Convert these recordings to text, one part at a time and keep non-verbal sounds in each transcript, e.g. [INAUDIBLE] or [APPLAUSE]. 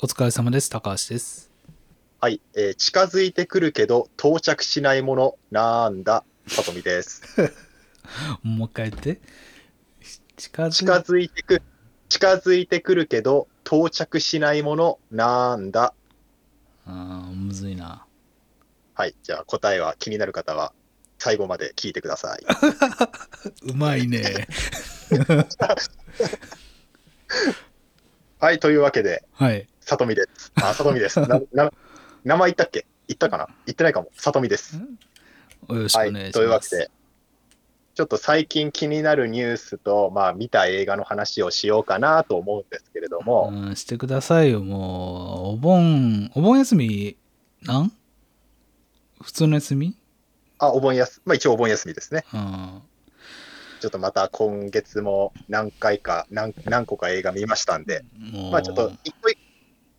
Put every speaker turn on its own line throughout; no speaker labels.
お疲れ様です。高橋です。
はい、えー近づいてくるけど到着しないものなんだ、さと
[LAUGHS]
みです。
もう一回言って。近づ
近
い
づいてく、近づいてくるけど到着しないものなんだ。
あーむずいな。
はい、じゃあ答えは気になる方は最後まで聞いてくださ
[LAUGHS]
い。
うまい
[LAUGHS]
ね。
はい、というわけで、
はい。
さとみです。あ、さと
[LAUGHS]
みです。なな名前言ったっけ言ったかな言ってないかも。さとみです。
よろしく
は
お願いします。
い、というわけで、ちょっと最近気になるニュースと、まあ、見た映画の話をしようかなと思うんですけれども、
うん、してくださいよ、もう。お盆、お盆休み、なん普通の休み
あ、お盆休み、まあ一応お盆休みですね。
うん。
ちょっとまた今月も何回か、何何個か映画見ましたんで、
もう、
まあちょっと一個い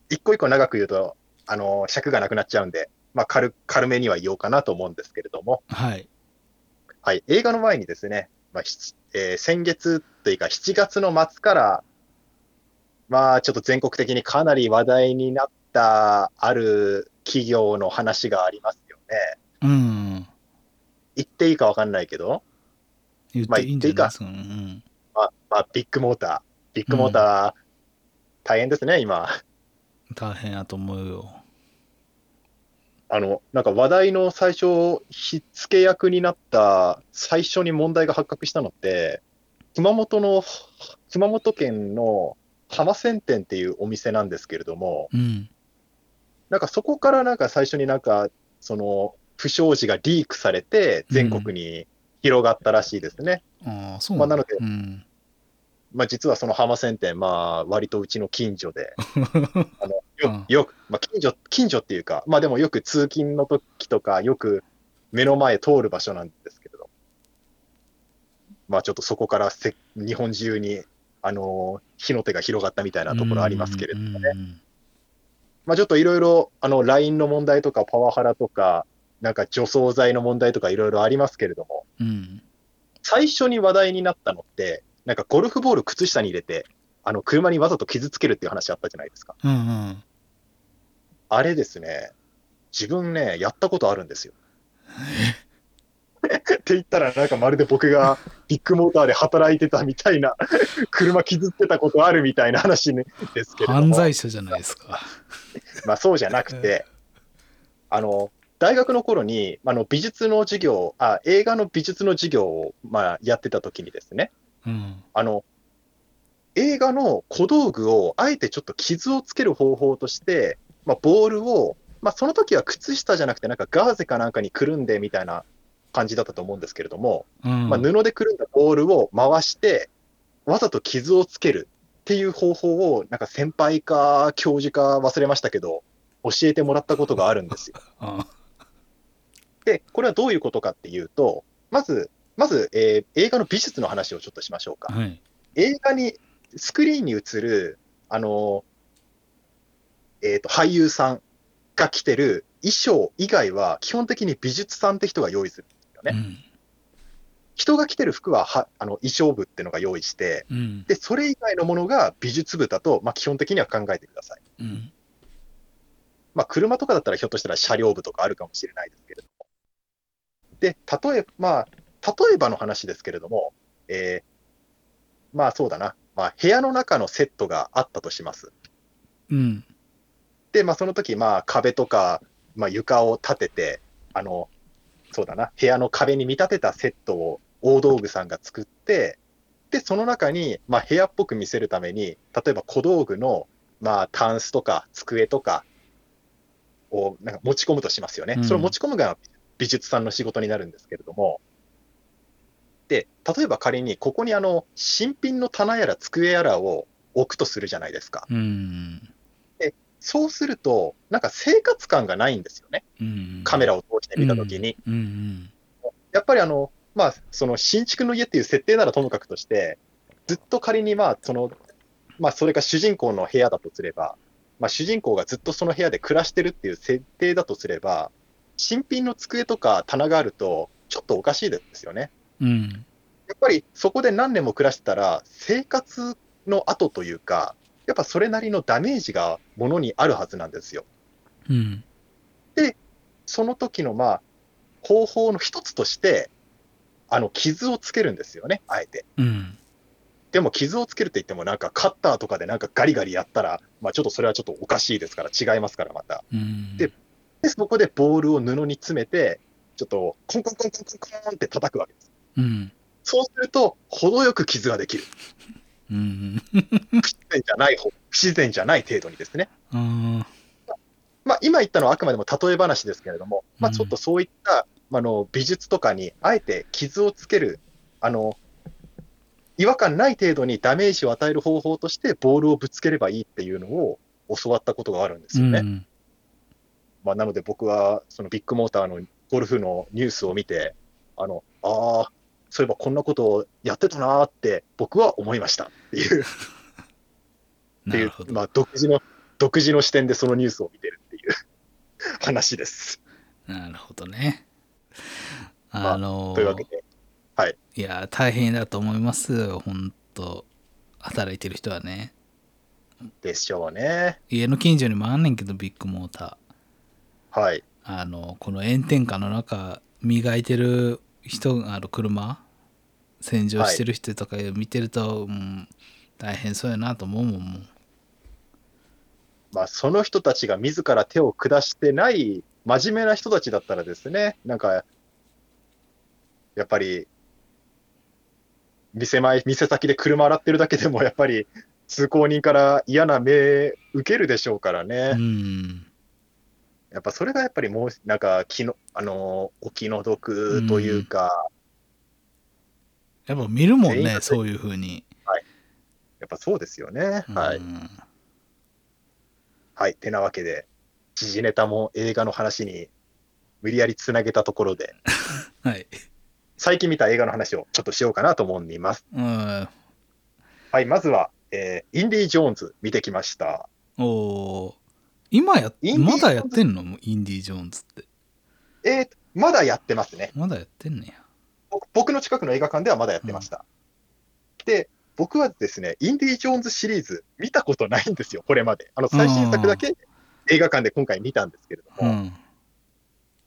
一個一個長く言うと、あの、尺がなくなっちゃうんで、まあ軽軽めには言おうかなと思うんですけれども、
はい。
はい、映画の前にですね、まあひつえー先月というか7月の末から、まあちょっと全国的にかなり話題になったある企業の話がありますよね。
うん。
言っていいかわかんないけど、
言っ
まあ
ていいんじゃないですか。うん。
まあ、まあ、ビッグモーター。ビッグモーター、大変ですね、今。
大変やと思うよ。
あの、なんか話題の最初、火付け役になった、最初に問題が発覚したのって、熊本の、熊本県の浜千店っていうお店なんですけれども、
うん。
なんかそこからなんか最初になんか、その、不祥事がリークされて、全国に広がったらしいですね。
ああ、そう
まあ
んだ
なので
うん。
まあ実はその浜千店、まあ割とうちの近所で、あのよよく、まあ、近所、近所っていうか、まあでもよく通勤の時とか、よく目の前通る場所なんですけれど、まあちょっとそこからせ日本中に、あのー火の手が広がったみたいなところありますけれど、
どね。
まあちょっといろいろ、あの、LINE の問題とか、パワハラとか、なんか除草剤の問題とかいろいろありますけれども、
うん。
最初に話題になったのって、なんかゴルフボール靴下に入れて、あの、車にわざと傷つけるっていう話あったじゃないですか。
うんうん。
あれですね、自分ね、やったことあるんですよ。 [LAUGHS] って言ったら、なんかまるで僕がビッグモーターで働いてたみたいな、車傷つけたことあるみたいな話、ね、ですけれども、
犯罪者じゃないですか。
まあ、そうじゃなくて、あの大学の頃にあの美術の授業あ、映画の美術の授業を、まあ、やってた時にですね、
うん。
あの映画の小道具をあえてちょっと傷をつける方法として、まあ、ボールを、まあ、その時は靴下じゃなくて、なんかガーゼかなんかにくるんでみたいな感じだったと思うんですけれども、
うん。
まあ、布でくるんだボールを回して、わざと傷をつけるっていう方法を、なんか先輩か教授か忘れましたけど、教えてもらったことがあるん
[LAUGHS]
ですよ。
あ
で、これはどういうことかっていうと、まず、まず、えー映画の美術の話をちょっとしましょうか。
はい。
映画に、スクリーンに映る、あのーえっ、と、俳優さんが着てる衣装以外は、基本的に美術さんって人が用意する。
うん。
人が着てる服はは、あの、衣装部ってのが用意して、
うん。
で、それ以外のものが美術部だと、まあ、基本的には考えてください。
うん。
まあ、車とかだったらひょっとしたら車両部とかあるかもしれないですけれども。で、例えば、まあ、例えばの話ですけれども、えーまあそうだな、まあ、部屋の中のセットがあったとします。
うん。
で、まあ、その時、まあ、壁とか、まあ、床を立てて、あの、そうだな、部屋の壁に見立てたセットを大道具さんが作って、で、その中に、まあ、部屋っぽく見せるために、例えば小道具の、まあ、タンスとか机とかをなんか持ち込むとしますよね。
うん
それを持ち込むが美術さんの仕事になるんですけれども、で、例えば仮に、ここにあの、新品の棚やら机やらを置くとするじゃないですか。
うん。
そうすると、なんか生活感がないんですよね、
うん。
カメラを通して見たときに。
うん。
やっぱりあの、まあ、その新築の家っていう設定ならともかくとして、ずっと仮に、まあそのまあ、それが主人公の部屋だとすれば、まあ、主人公がずっとその部屋で暮らしてるっていう設定だとすれば、新品の机とか棚があると、ちょっとおかしいですよね。
うん。うん。
やっぱりそこで何年も暮らしてたら、生活の後というか、やっぱそれなりのダメージがものにあるはずなんですよ。
うん。
その時のまあ方法の一つとして、あの傷をつけるんですよね、あえて。
うん。
でも傷をつけるって言っても、なんかカッターとかでなんかガリガリやったら、まあ、ちょっとそれはちょっとおかしいですから、違いますから、また。
うん。
でで、そこでボールを布に詰めて、ちょっとコンコンコンコンコンコンって叩くわけです。
うん。
そうすると、程よく傷ができる。
うん。
不自然じゃない方、不自然じゃない程度にですね。
あ
まあ、今言ったのはあくまでも例え話ですけれども、まあ、
うん
ちょっとそういった、まああの美術とかに、あえて傷をつける、あの、違和感ない程度にダメージを与える方法として、ボールをぶつければいいっていうのを教わったことがあるんです
ー
よ
う
ね。
ん。
まあ、なので僕は、そのビッグモーターのゴルフのニュースを見て、あの、ああ、そういえばこんなことをやってたなーって、僕は思いましたっていう。って
[LAUGHS] ないる
う
ほ、ど。
まあ、独自の、独自の視点でそのニュースを見てるっていう話です。
なるほどね。
まあ
あの
というわけで、
いや、大変だと思いますよ、ほんと。働いてる人はね。
でしょうね。
家の近所にもあんねんけど、ビッグモータ
はい。
ー。あの、この炎天下の中、磨いてる人、あの、車、洗浄してる人とか見てると、うん、大変そうやなと思うもん、もう。
まあ、その人たちが自ら手を下してない、真面目な人たちだったらですね、なんか、やっぱり、店前、店先で車洗ってるだけでも、やっぱり、通行人から嫌な目受けるでしょうからね。
うん。
やっぱそれがやっぱりもう、なんか、気の、あのお気の毒というか、
やっぱ見るもん
全員
ね、
が
そういうふうに。
やっぱそうですよね。
うん
はい。はい。てなわけで、時事ネタも映画の話に無理やりつなげたところで、
はい。
最近見た映画の話をちょっとしようかなと思います。
うん。
はい。まずは、えーインディ・ジョーンズ見てきました。
おー今やっ
インディー
まだやってんのもうインディ・ージョーンズって
えーまだやってますね。
まだやってんねや
僕僕の近くの映画館ではまだやってました。で、僕はですね、インディ・ジョーンズシリーズ見たことないんですよ、これまで。あの、最新作だけ映画館で今回見たんですけれど
う
も、
ん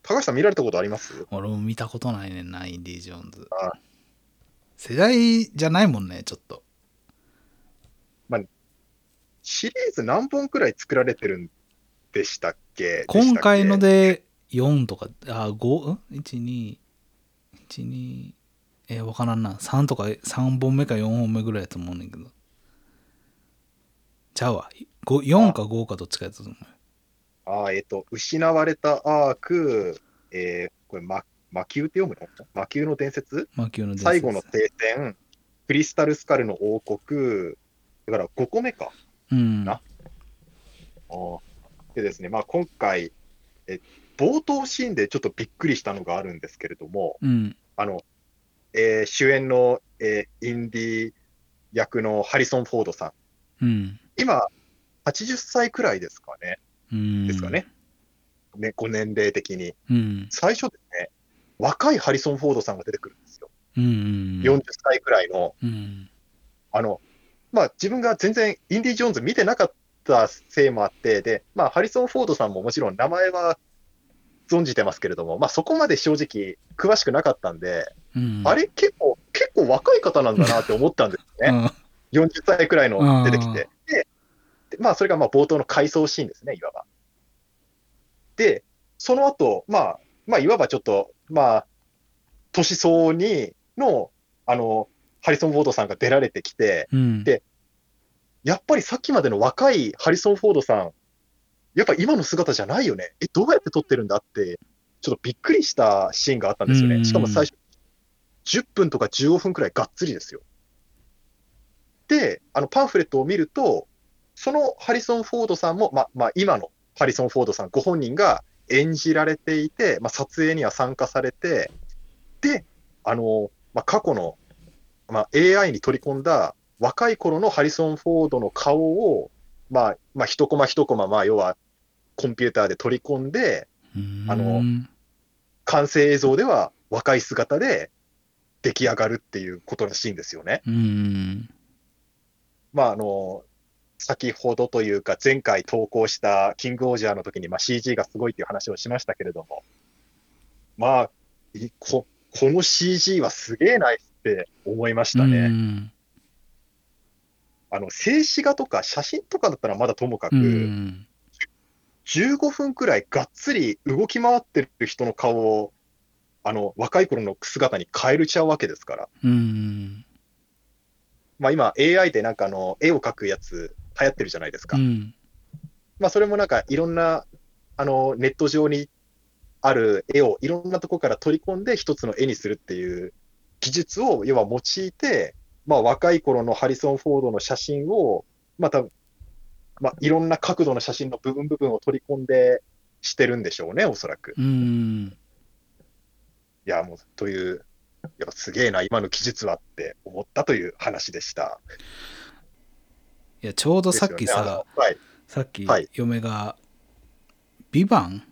高橋さん見られたことあります
俺も見たことないねんなインディ・ージョーンズ
あ
世代じゃないもんねちょっと
シリーズ何本くらい作られてるんでしたっけ
今回の
でし
で4とかあ5ん1212えー、わからんな3とか3本目か4本目ぐらいやと思うねんけどちゃうわご4か5かどっちかやったと思う
たっけあーえっ、と、失われたアーク、えーこれ、ま、魔球って読むの魔球の伝説
魔球の伝説
最後の停戦、クリスタルスカルの王国、だから5個目か。
うん
なあーでですね、まあ、今回え、冒頭シーンでちょっとびっくりしたのがあるんですけれども、
うん
あの、えー主演の、えーインディ役のハリソン・フォードさん、
うん
今、80歳くらいですかね。
うん
ですかねね、ご年齢的に。
うん
最初ですね、若いハリソン・フォードさんが出てくるんですよ。
うんうんうん
40歳くらいの、
うん
あの、まあ自分が全然インディ・ジョーンズ見てなかったせいもあって、で、まあハリソン・フォードさんももちろん名前は存じてますけれども、まあそこまで正直詳しくなかったんで、
うん
あれ結構、結構若い方なんだなって思ったんですよね。40歳くらいの出てきて、で、でまあ、それがまあ冒頭の回想シーンですね、いわば。で、その後、まあ、まあ、いわばちょっと、まあ、年相応にの、あの、ハリソン・フォードさんが出られてきて、
うん
でやっぱりさっきまでの若いハリソン・フォードさん、やっぱ今の姿じゃないよね。え、どうやって撮ってるんだって、ちょっとびっくりしたシーンがあったんですよ
うん
ね。しかも最初、10分とか15分くらいがっつりですよ。で、あのパンフレットを見ると、そのハリソン・フォードさんも、まあまあ、今のハリソン・フォードさんご本人が演じられていて、まあ、撮影には参加されて、で、あのまあ、過去の、まあ、AI に取り込んだ若い頃のハリソン・フォードの顔を、まあまあ、一コマ一コマ、まあ、要はコンピューターで取り込んで、あの
うん
完成映像では若い姿で出来上がるっていうことらしいんですよね。
うん
まあ、あの、先ほどというか、前回投稿したキングオージャーの時に、まあ、CG がすごいっていう話をしましたけれども、まあ、いここの CG はすげえなって思いましたね。
うん
あの静止画とか写真とかだったらまだともかく、
うん
15分くらいがっつり動き回ってる人の顔を、あの若い頃の姿に変えるちゃうわけですから、
うん
まあ、今、AI でなんかあの絵を描くやつ、流行ってるじゃないですか。
うん
まあ、それもなんかいろんなあのネット上にある絵をいろんなとこから取り込んで一つの絵にするっていう技術を要は用いて、まあ、若い頃のハリソン・フォードの写真を、まあ多分まあ、いろんな角度の写真の部分部分を取り込んでしてるんでしょうね、おそらく。
うん
いや、もう、という、やっぱすげえな、今の技術はって思ったという話でした。
いやちょうどさっき
ですよ
さ、
ねあのはい、
さっき
はい
嫁が「ビバン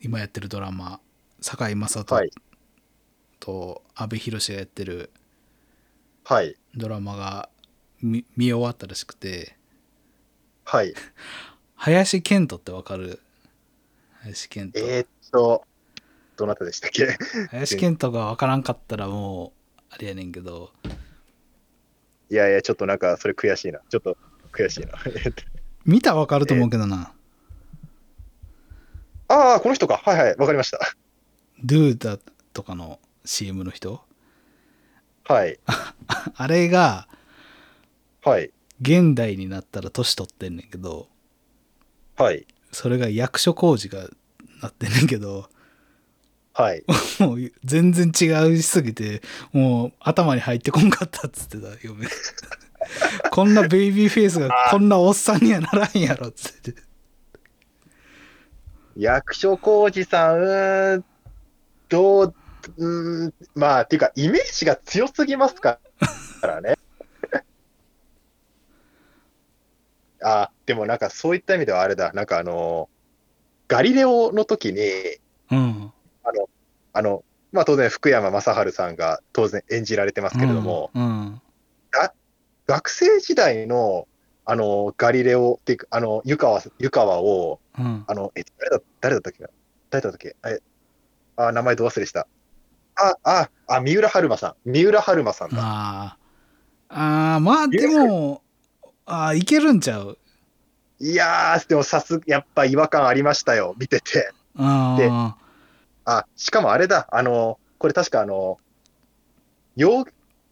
今やってるドラマ堺雅人
はい
と阿部寛がやってる
はい、
ドラマが見見終わったらしくて
はい。
林遣都ってわかる林遣都、
えーっと、どなたでしたっけ [LAUGHS]
林遣都がわからんかったらもうあれやねんけど
いやいや、ちょっとなんか、それ悔しいな。ちょっと悔しいな。 [LAUGHS] えーっと
見たらわかると思うけどな
ああ、この人か。はいはい、わかりました。
「Do だとかの CM の人 [LAUGHS]
はい、
あれが
はい、
現代になったら年取ってんねんけど
はい、
それが役所広司がなってんねんけど
はい。
もう全然違いすぎてもう頭に入ってこんかったっつってた嫁 [LAUGHS] こんなベイビーフェイスがこんなおっさんにはならんやろっつって
役所広司さん、うーん、どう、うーん、まあ、っていうか、イメージが強すぎますからね。 [LAUGHS] あ、でもなんかそういった意味ではあれだ、なんかあの、ガリレオの時に、
うん
あの、まあ当然福山雅治さんが当然演じられてますけれども、
うん
学生時代の、あの、ガリレオっていうか、あの、湯川、湯川を、
うん
あの、え、誰だ、誰だったっけな誰だったっけえ、あ、名前ど忘れした。あ、あ、あ、三浦春馬さん。三浦春馬さんだ。
あーあーまあでもああいけるんちゃう
いやー、でもさす、やっぱ違和感ありましたよ。見てて。
あ
あ、しかもあれだ。あの、これ確かあの、容、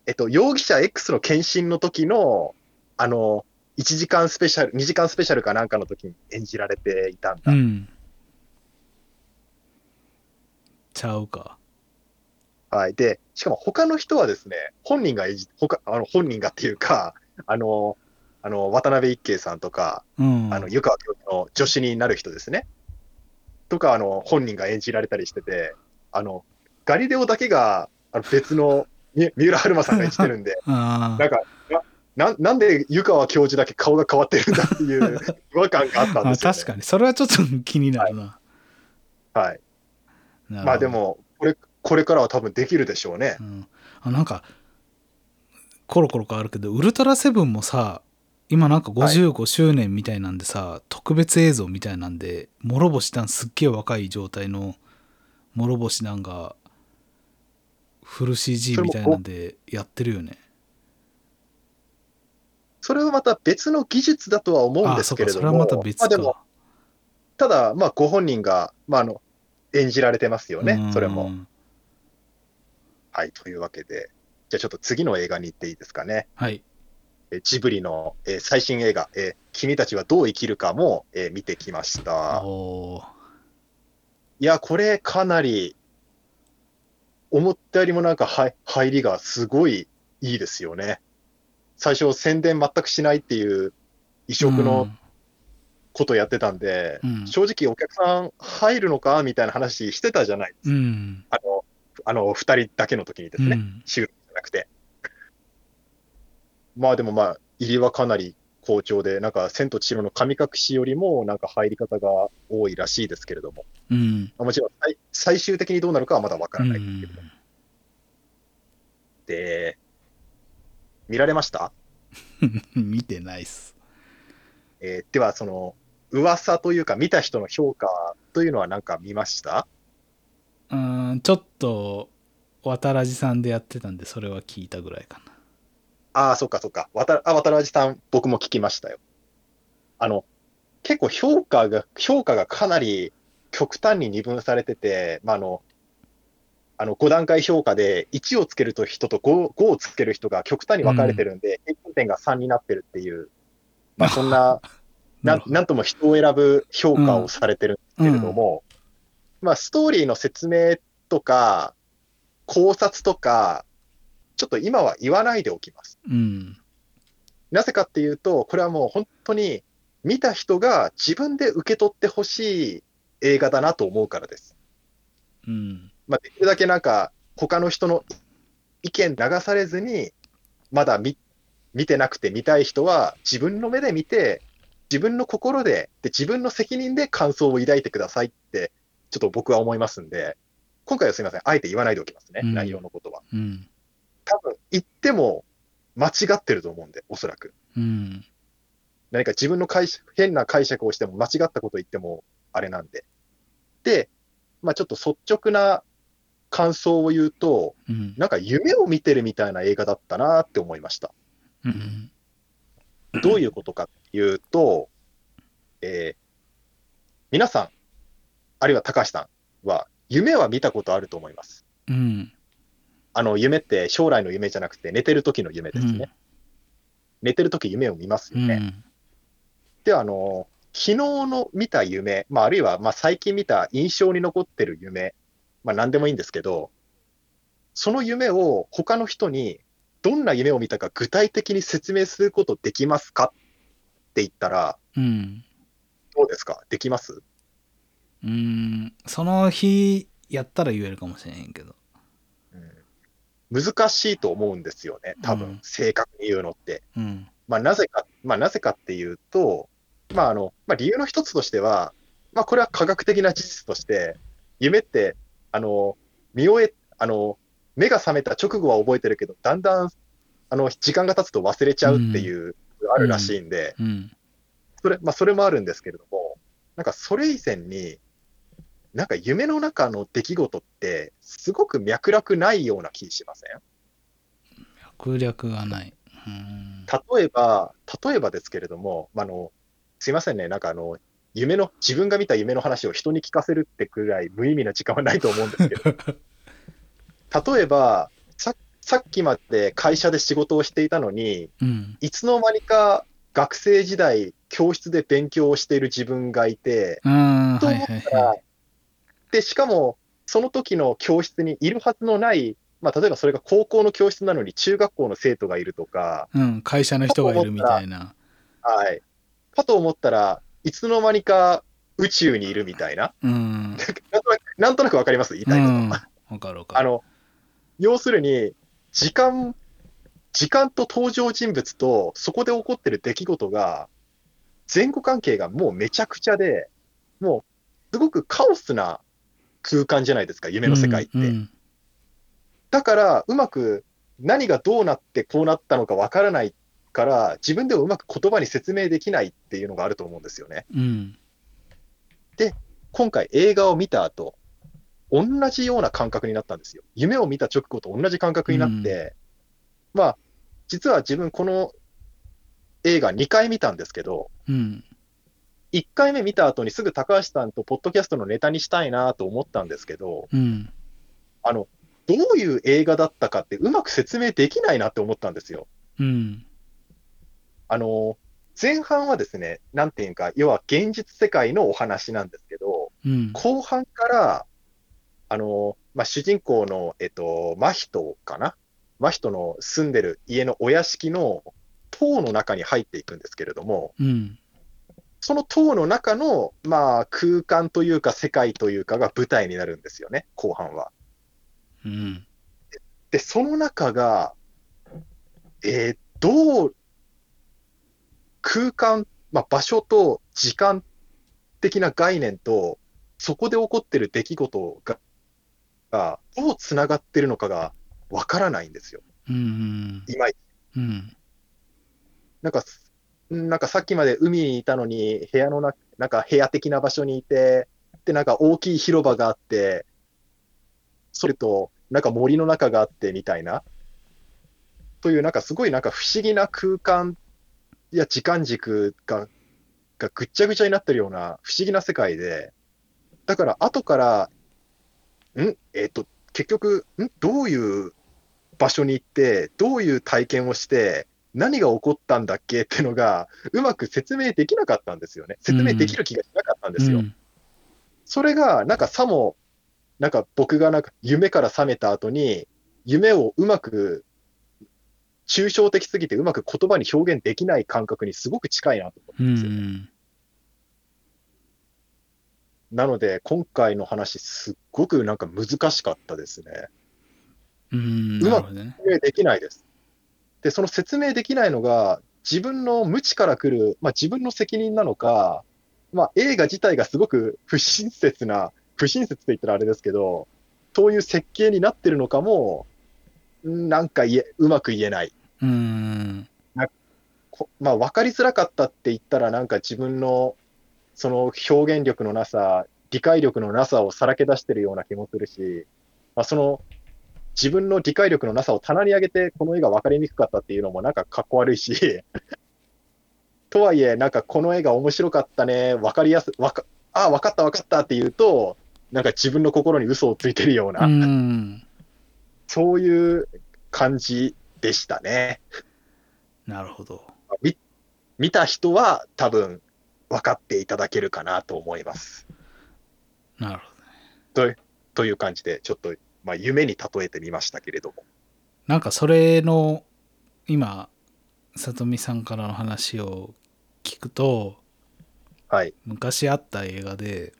えっと、容疑者 X の検診の時の、あの、1時間スペシャル、2時間スペシャルかなんかの時に演じられていたん
あう
だ。
んちゃうか
はい。で、しかも他の人はですね、本人が演じ、他、あの、本人がっていうか、あの、あの、渡辺一慶さんとか、
うん
あの、湯川教授の助手になる人ですね。とか、あの、本人が演じられたりしてて、あの、ガリレオだけが、あの別の、み三浦春馬さんが演じて
[LAUGHS]
るんで、
あ
なんか、ななんで湯川教授だけ顔が変わってるんだっていう違和感があったん
あ
ですよ、ね。
確かにそれはちょっと気になるな,な
はい。
るほど、
まあでも、これ、これからは多分できるでしょうね
う。ん、あなんかコロコロ変わるけどウルトラセブンもさ今なんか
はい
55周年みたいなんでさ、特別映像みたいなんで諸星団すっげえ若い状態の諸星団がフル CG
そ
み
れも
たいなんでやってるよね
それはまた別の技術だとは思うん
あ
で
そ
す
うか
けれ
そ
ど
れは
も、
また別
まあ
か、
でも、ただ、まあ、ご本人が、まあ、あの、演じられてますよ
う
ね
ん、
それも。はい、というわけで、じゃあちょっと次の映画に行っていいですかね。
はい
えージブリの、えー最新映画、えー君たちはどう生きるかも、えー見てきました。
おー
いや、これかなり、思ったよりもなんかは入りがすごいいいですよね。最初宣伝全くしないっていう異色のことやってたんで、
うん
正直お客さん入るのかみたいな話してたじゃないです
う
か。
ん
あの、あの、二人だけの時にです
う
ね。
ん
収録じゃなくて。まあでもまあ、入りはかなり好調で、なんか、千と千尋の神隠しよりも、なんか入り方が多いらしいですけれども、
うん
もちろん最最終的にどうなるかはまだわからないっていうことで、見られました
[LAUGHS] うん見てないっす
えーでは、その、噂というか、見た人の評価というのはなんか見ました
うーんちょっと渡らじさんでやってたんでそれは聞いたぐらいかな
ああ、そっかそっか。わたあ渡辺さん、僕も聞きましたよ。あの、結構評価が、評価がかなり極端に二分されてて、まあ、あの、あの5段階評価で1をつけると人と 5, 5をつける人が極端に分かれてるんで、平均点が3になってるっていう、まあ、そ
[LAUGHS]
んな
な
な
る、ほど
なんとも人を選ぶ評価をされてるんですけれども、まあ、ストーリーの説明とか、考察とか、ちょっと今は言わないでおきます。
うん
なぜかっていうと、これはもう本当に見た人が自分で受け取ってほしい映画だなと思うからです。
うん
まあ、できるだけなんか、他の人の意見流されずに、まだ見見てなくて見たい人は、自分の目で見て、自分の心でで、自分の責任で感想を抱いてくださいって、ちょっと僕は思いますんで、今回はすみません、あえて言わないでおきますね、
うん
内容のことは。
うん
多分言っても間違ってると思うんで、おそらく。
うん
何か自分の解釈変な解釈をしても間違ったことを言ってもあれなんで。で、まあ、ちょっと率直な感想を言うと、
うん
なんか夢を見てるみたいな映画だったなって思いました。
うん
どういうことかっていうと、えー皆さん、あるいは高橋さんは、夢は見たことあると思います。
うん
あの夢って将来の夢じゃなくて、寝てる時の夢ですね。寝てる時夢を見ます
う
よね。
ん
ではあの昨日の見た夢、まあ、あるいはまあ最近見た印象に残ってる夢、まあ、何でもいいんですけど、その夢を他の人にどんな夢を見たか具体的に説明することできますかって言ったら、
うん
どうですかできます
うんその日やったら言えるかもしれへんけど
うん難しいと思うんですよね、多分、
うん
正確に言うのって。
うん
まあ、なぜか、まあ、なぜかっていうと、まああのまあ、理由の一つとしては、まあ、これは科学的な事実として、夢って、あの見終えあの目が覚めた直後は覚えてるけど、だんだんあの時間が経つと忘れちゃうっていう、あるらしいんで、
うん
それまあ、それもあるんですけれども、なんかそれ以前に、なんか夢の中の出来事って、すごく脈絡ないような気しません
略略がないうん
例えば、例えばですけれども、まあ、あのすいませんね、なんかあの夢の自分が見た夢の話を人に聞かせるってくらい無意味な時間はないと思うんですけ
[LAUGHS]
ど、例えばさ、さっきまで会社で仕事をしていたのに、
うん
いつの間にか学生時代、教室で勉強をしている自分がいて、
ああ
と
はい
思っ
はい
たら
はい、
でしかも、その時の教室にいるはずのない、まあ、例えばそれが高校の教室なのに中学校の生徒がいるとか、
うん会社の人がいるみたいな
はい。かと思ったらいつの間にか宇宙にいるみたいな。
うん
なんとなく、なんとなくわかります言いたいこと。
うんわかるわか
あ
る
の、要するに、時間、時間と登場人物と、そこで起こってる出来事が、前後関係がもうめちゃくちゃで、もう、すごくカオスな空間じゃないですか、夢の世界って。
うんうん
だから、うまく何がどうなってこうなったのかわからないから、自分でもうまく言葉に説明できないっていうのがあると思うんですよね。
うん
今回映画を見た後、同じような感覚になったんですよ。夢を見た直後と同じ感覚になって、まあ、実は自分この映画2回見たんですけど、
うん
1回目見た後にすぐ高橋さんとポッドキャストのネタにしたいなと思ったんですけど、
うん
あの、どういう映画だったかってうまく説明できないなって思ったんですよ。
うん
あの、前半はですね、なんていうか、要は現実世界のお話なんですけど、
うん
後半から、あの、まあ、主人公の、えっと、真人かな真人の住んでる家のお屋敷の塔の中に入っていくんですけれども、
うん
その塔の中の、まあ、空間というか世界というかが舞台になるんですよね、後半は。
うん
で、その中が、えーどう、空間、まあ、場所と時間的な概念と、そこで起こってる出来事が、がどうつながってるのかがわからないんですよ、
うん
いまいち。
うん
なんか、んなんかさっきまで海にいたのに、部屋のな、なんか部屋的な場所にいて、で、なんか大きい広場があって、それと、なんか森の中があってみたいな、という、なんかすごいなんか不思議な空間や時間軸が、がぐっちゃぐちゃになってるような不思議な世界で、だから後から、んえっと、結局、んどういう場所に行って、どういう体験をして、何が起こったんだっけってのが、うまく説明できなかったんですよね。説明できる気がしなかったんですよ。
うん
それが、なんかさも、なんか僕がなんか夢から覚めた後に、夢をうまく、抽象的すぎてうまく言葉に表現できない感覚にすごく近いなと思
う
うん
ん
ですよ。なので、今回の話、すっごくなんか難しかったですね。
うん
う
な
まく
るほどね
説明できないです。で、その説明できないのが、自分の無知から来る、まあ、自分の責任なのか、まあ、映画自体がすごく [LAUGHS] 不親切な、不親切って言ったらあれですけど、そういう設計になってるのかも、んなんか言えうまく言えない。
うん
こまあ、分かりづらかったって言ったら、なんか自分のその表現力のなさ、理解力のなさをさらけ出してるような気もするし、まあ、その自分の理解力のなさを棚に上げて、この絵が分かりにくかったっていうのも、なんかかっこ悪いし、 [LAUGHS] とはいえ、なんかこの絵が面白かったね、分かりやす、わかあ、分かった、分かったって言うと、なんか自分の心に嘘をついてるような、
うん
そういう感じでしたね。
なるほど
見見た人は多分分かっていただけるかなと思います。
なるほどね
という感じで、ちょっと、まあ、夢に例えてみましたけれども。
なんかそれの今さとみさんからの話を聞くと
はい。
昔あった映画で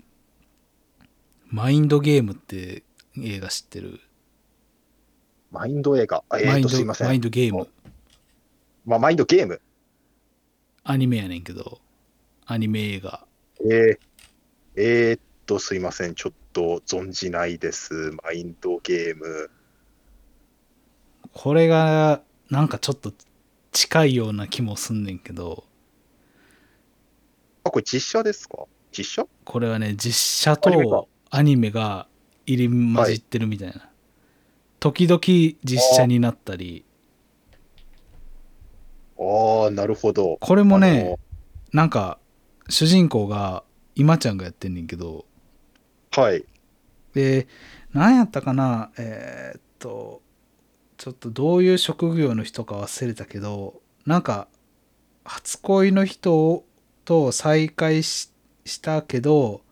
「マインドゲーム」って映画知ってる
マインド映画。あえ
マイ
ー
ン
と、
ド
すいませ
マイン
ん。
ドゲーム
まあ、マインドゲーム。
アニメやねんけどアニメ映画
えー、えーっと、すいません。ちょっと存じないです。マインドゲーム。
これがなんかちょっと近いような気もすんねんけど
あ、これ実写ですか実写
これはね実写
アニメか
とアニメが入り混じってるみたいな、時々実写になったり
ああ、なるほど。
これも
あ
ねなんか主人公が今ちゃんがやってんねんけど
のはい。
で何やったかなえーっとちょっとどういう職業の人か忘れたけどなんか初恋の人と再会ししたけど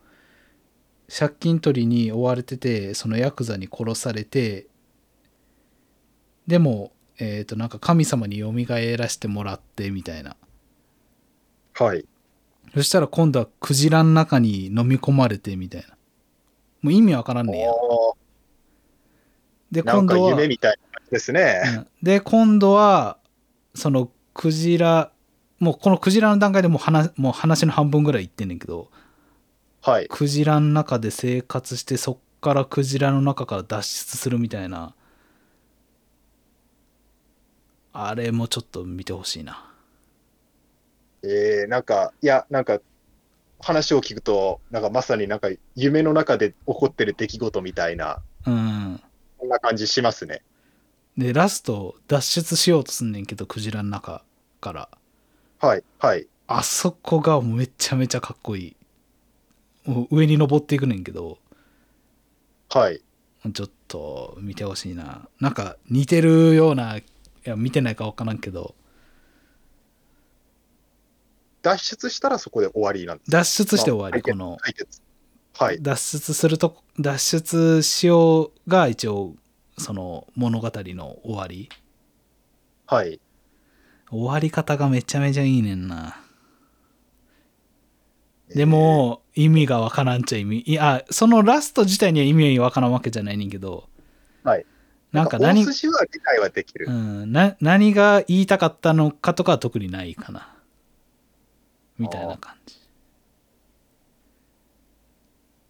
借金取りに追われててそのヤクザに殺されてでもえーっとなんか神様によみがえらしてもらってみたいな
はい。
そしたら今度はクジラの中に飲み込まれてみたいなもう意味わからんねんや
あ
で
ーな
今
んか
度は
夢みたいな感じですね。
うんで今度はそのクジラもうこのクジラの段階でもう話もう話の半分ぐらい言ってんねんけど
はい。
クジラの中で生活してそっからクジラの中から脱出するみたいなあれもちょっと見てほしいな
えー、なんか、いや、なんか、話を聞くと、なんかまさになんか夢の中で起こってる出来事みたいな、
うん
そんな感じしますね。
でラスト脱出しようとすんねんけどクジラの中から
はい、はい。
あそこがめちゃめちゃかっこいいもう上に登っていくねんけど
はい。
ちょっと見てほしいな。なんか似てるような、いや見てないか分からんけど、
脱出したらそこで終わりなんです。
脱出して終わり、
あ解
こ
決
の。
解決。はい。
脱出するとこ、脱出しようが一応、その物語の終わり。
はい。
終わり方がめちゃめちゃいいねんな。でも、意味がわからんちゃ意味。いや、そのラスト自体には意味わからんわけじゃないねんけど、
はい。えー、
な
なんん
か
か
何
大、筋は理解はできる。
うん、な何が言いたかったのかとかは特にないかなみたいな感じ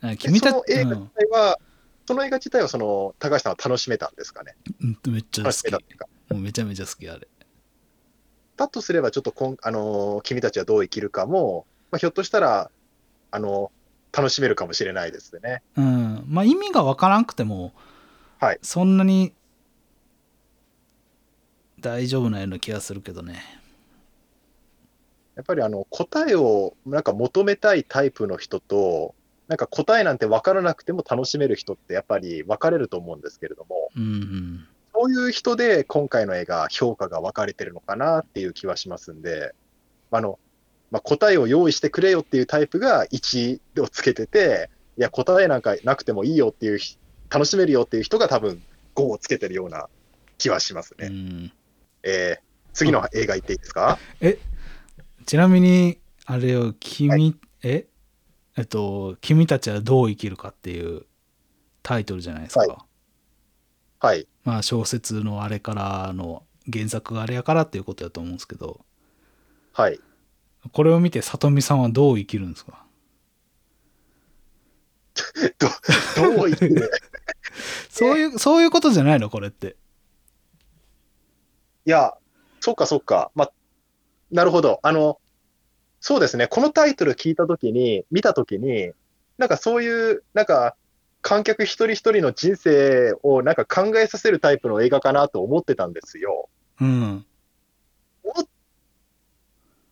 あ
で
君たち
その映画
う
自
ん
体は、その映画自体はその高橋さんは楽しめたんですかね。
うん、めっちゃ好
楽し
き
めたっ
も
ていうか。
うめちゃめちゃ好きあれ
だとすれば、ちょっとこん、あのー君たちはどう生きるかも、まあ、ひょっとしたら、あの楽しめるかもしれないですね。
うん、まあ意味がわからんくても、
はい
そんなに大丈夫なような気がするけどね。
やっぱりあの答えをなんか求めたいタイプの人と、なんか答えなんて分からなくても楽しめる人ってやっぱり分かれると思うんですけれども、
うんうん、
そういう人で今回の映画、評価が分かれてるのかなっていう気はしますんで、あのまあ、答えを用意してくれよっていうタイプが1をつけてて、いや、答えなんかなくてもいいよっていうひ、楽しめるよっていう人が多分5をつけてるような気はします
う
ね。
ん。
えー次の映画行っていいですか
ちなみに、あれよ、君、ええっと、君たちはどう生きるかっていうタイトルじゃないですか。
はいはい。
まあ小説のあれからの原作があれやからっていうことだと思うんですけど、
はい。
これを見て里見さんはどう生きるんですか
ど、どう言ってる
そういう、そういうことじゃないのこれって。
いや、そっかそっか。まあ、なるほど。あの、そうですね。このタイトル聞いたときに、見たときに、なんかそういう、なんか、観客一人一人の人生をなんか考えさせるタイプの映画かなと思ってたんですよ。
うん。
思っ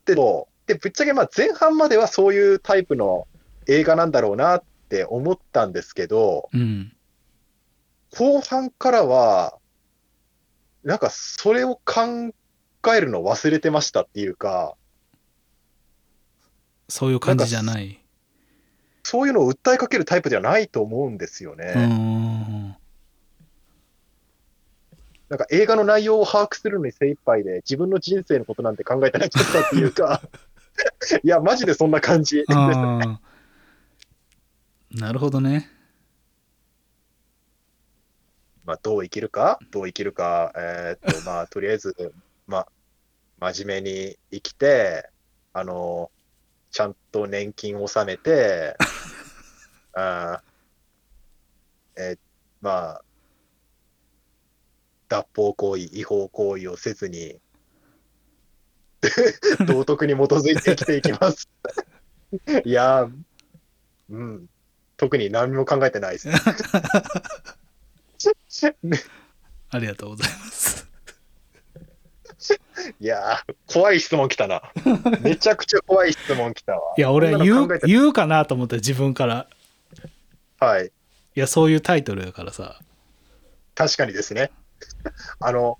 ても、で、ぶっちゃけまあ前半まではそういうタイプの映画なんだろうなって思ったんですけど、
うん。
後半からは、なんかそれを考えるの忘れてましたっていうか、
そういう感じじゃない。
そういうのを訴えかけるタイプではないと思うんですよね。
うーん。
なんか映画の内容を把握するのに精一杯で、自分の人生のことなんて考えてなかったっていう [LAUGHS] か、いや、マジでそんな感じ。
あーなるほどね。
まあ、どう生きるか、どう生きるか、えーっと、まあ、とりあえず、ま、真面目に生きて、あの、ちゃんと年金納めて、あーえーまあ、脱法行為、違法行為をせずに、道徳に基づいて生きていきます。いやー、うん、特に何も考えてないですね。
ありがとうございます。
いやー、怖い質問来
[LAUGHS]
たな。めちゃくちゃ怖い質問来たわ。
いや、俺は
こんな
言
の考
う
え、て
言うかなと思った自分から。
はい、
いや、そういうタイトルやからさ。
確かにですね。 [LAUGHS] あの、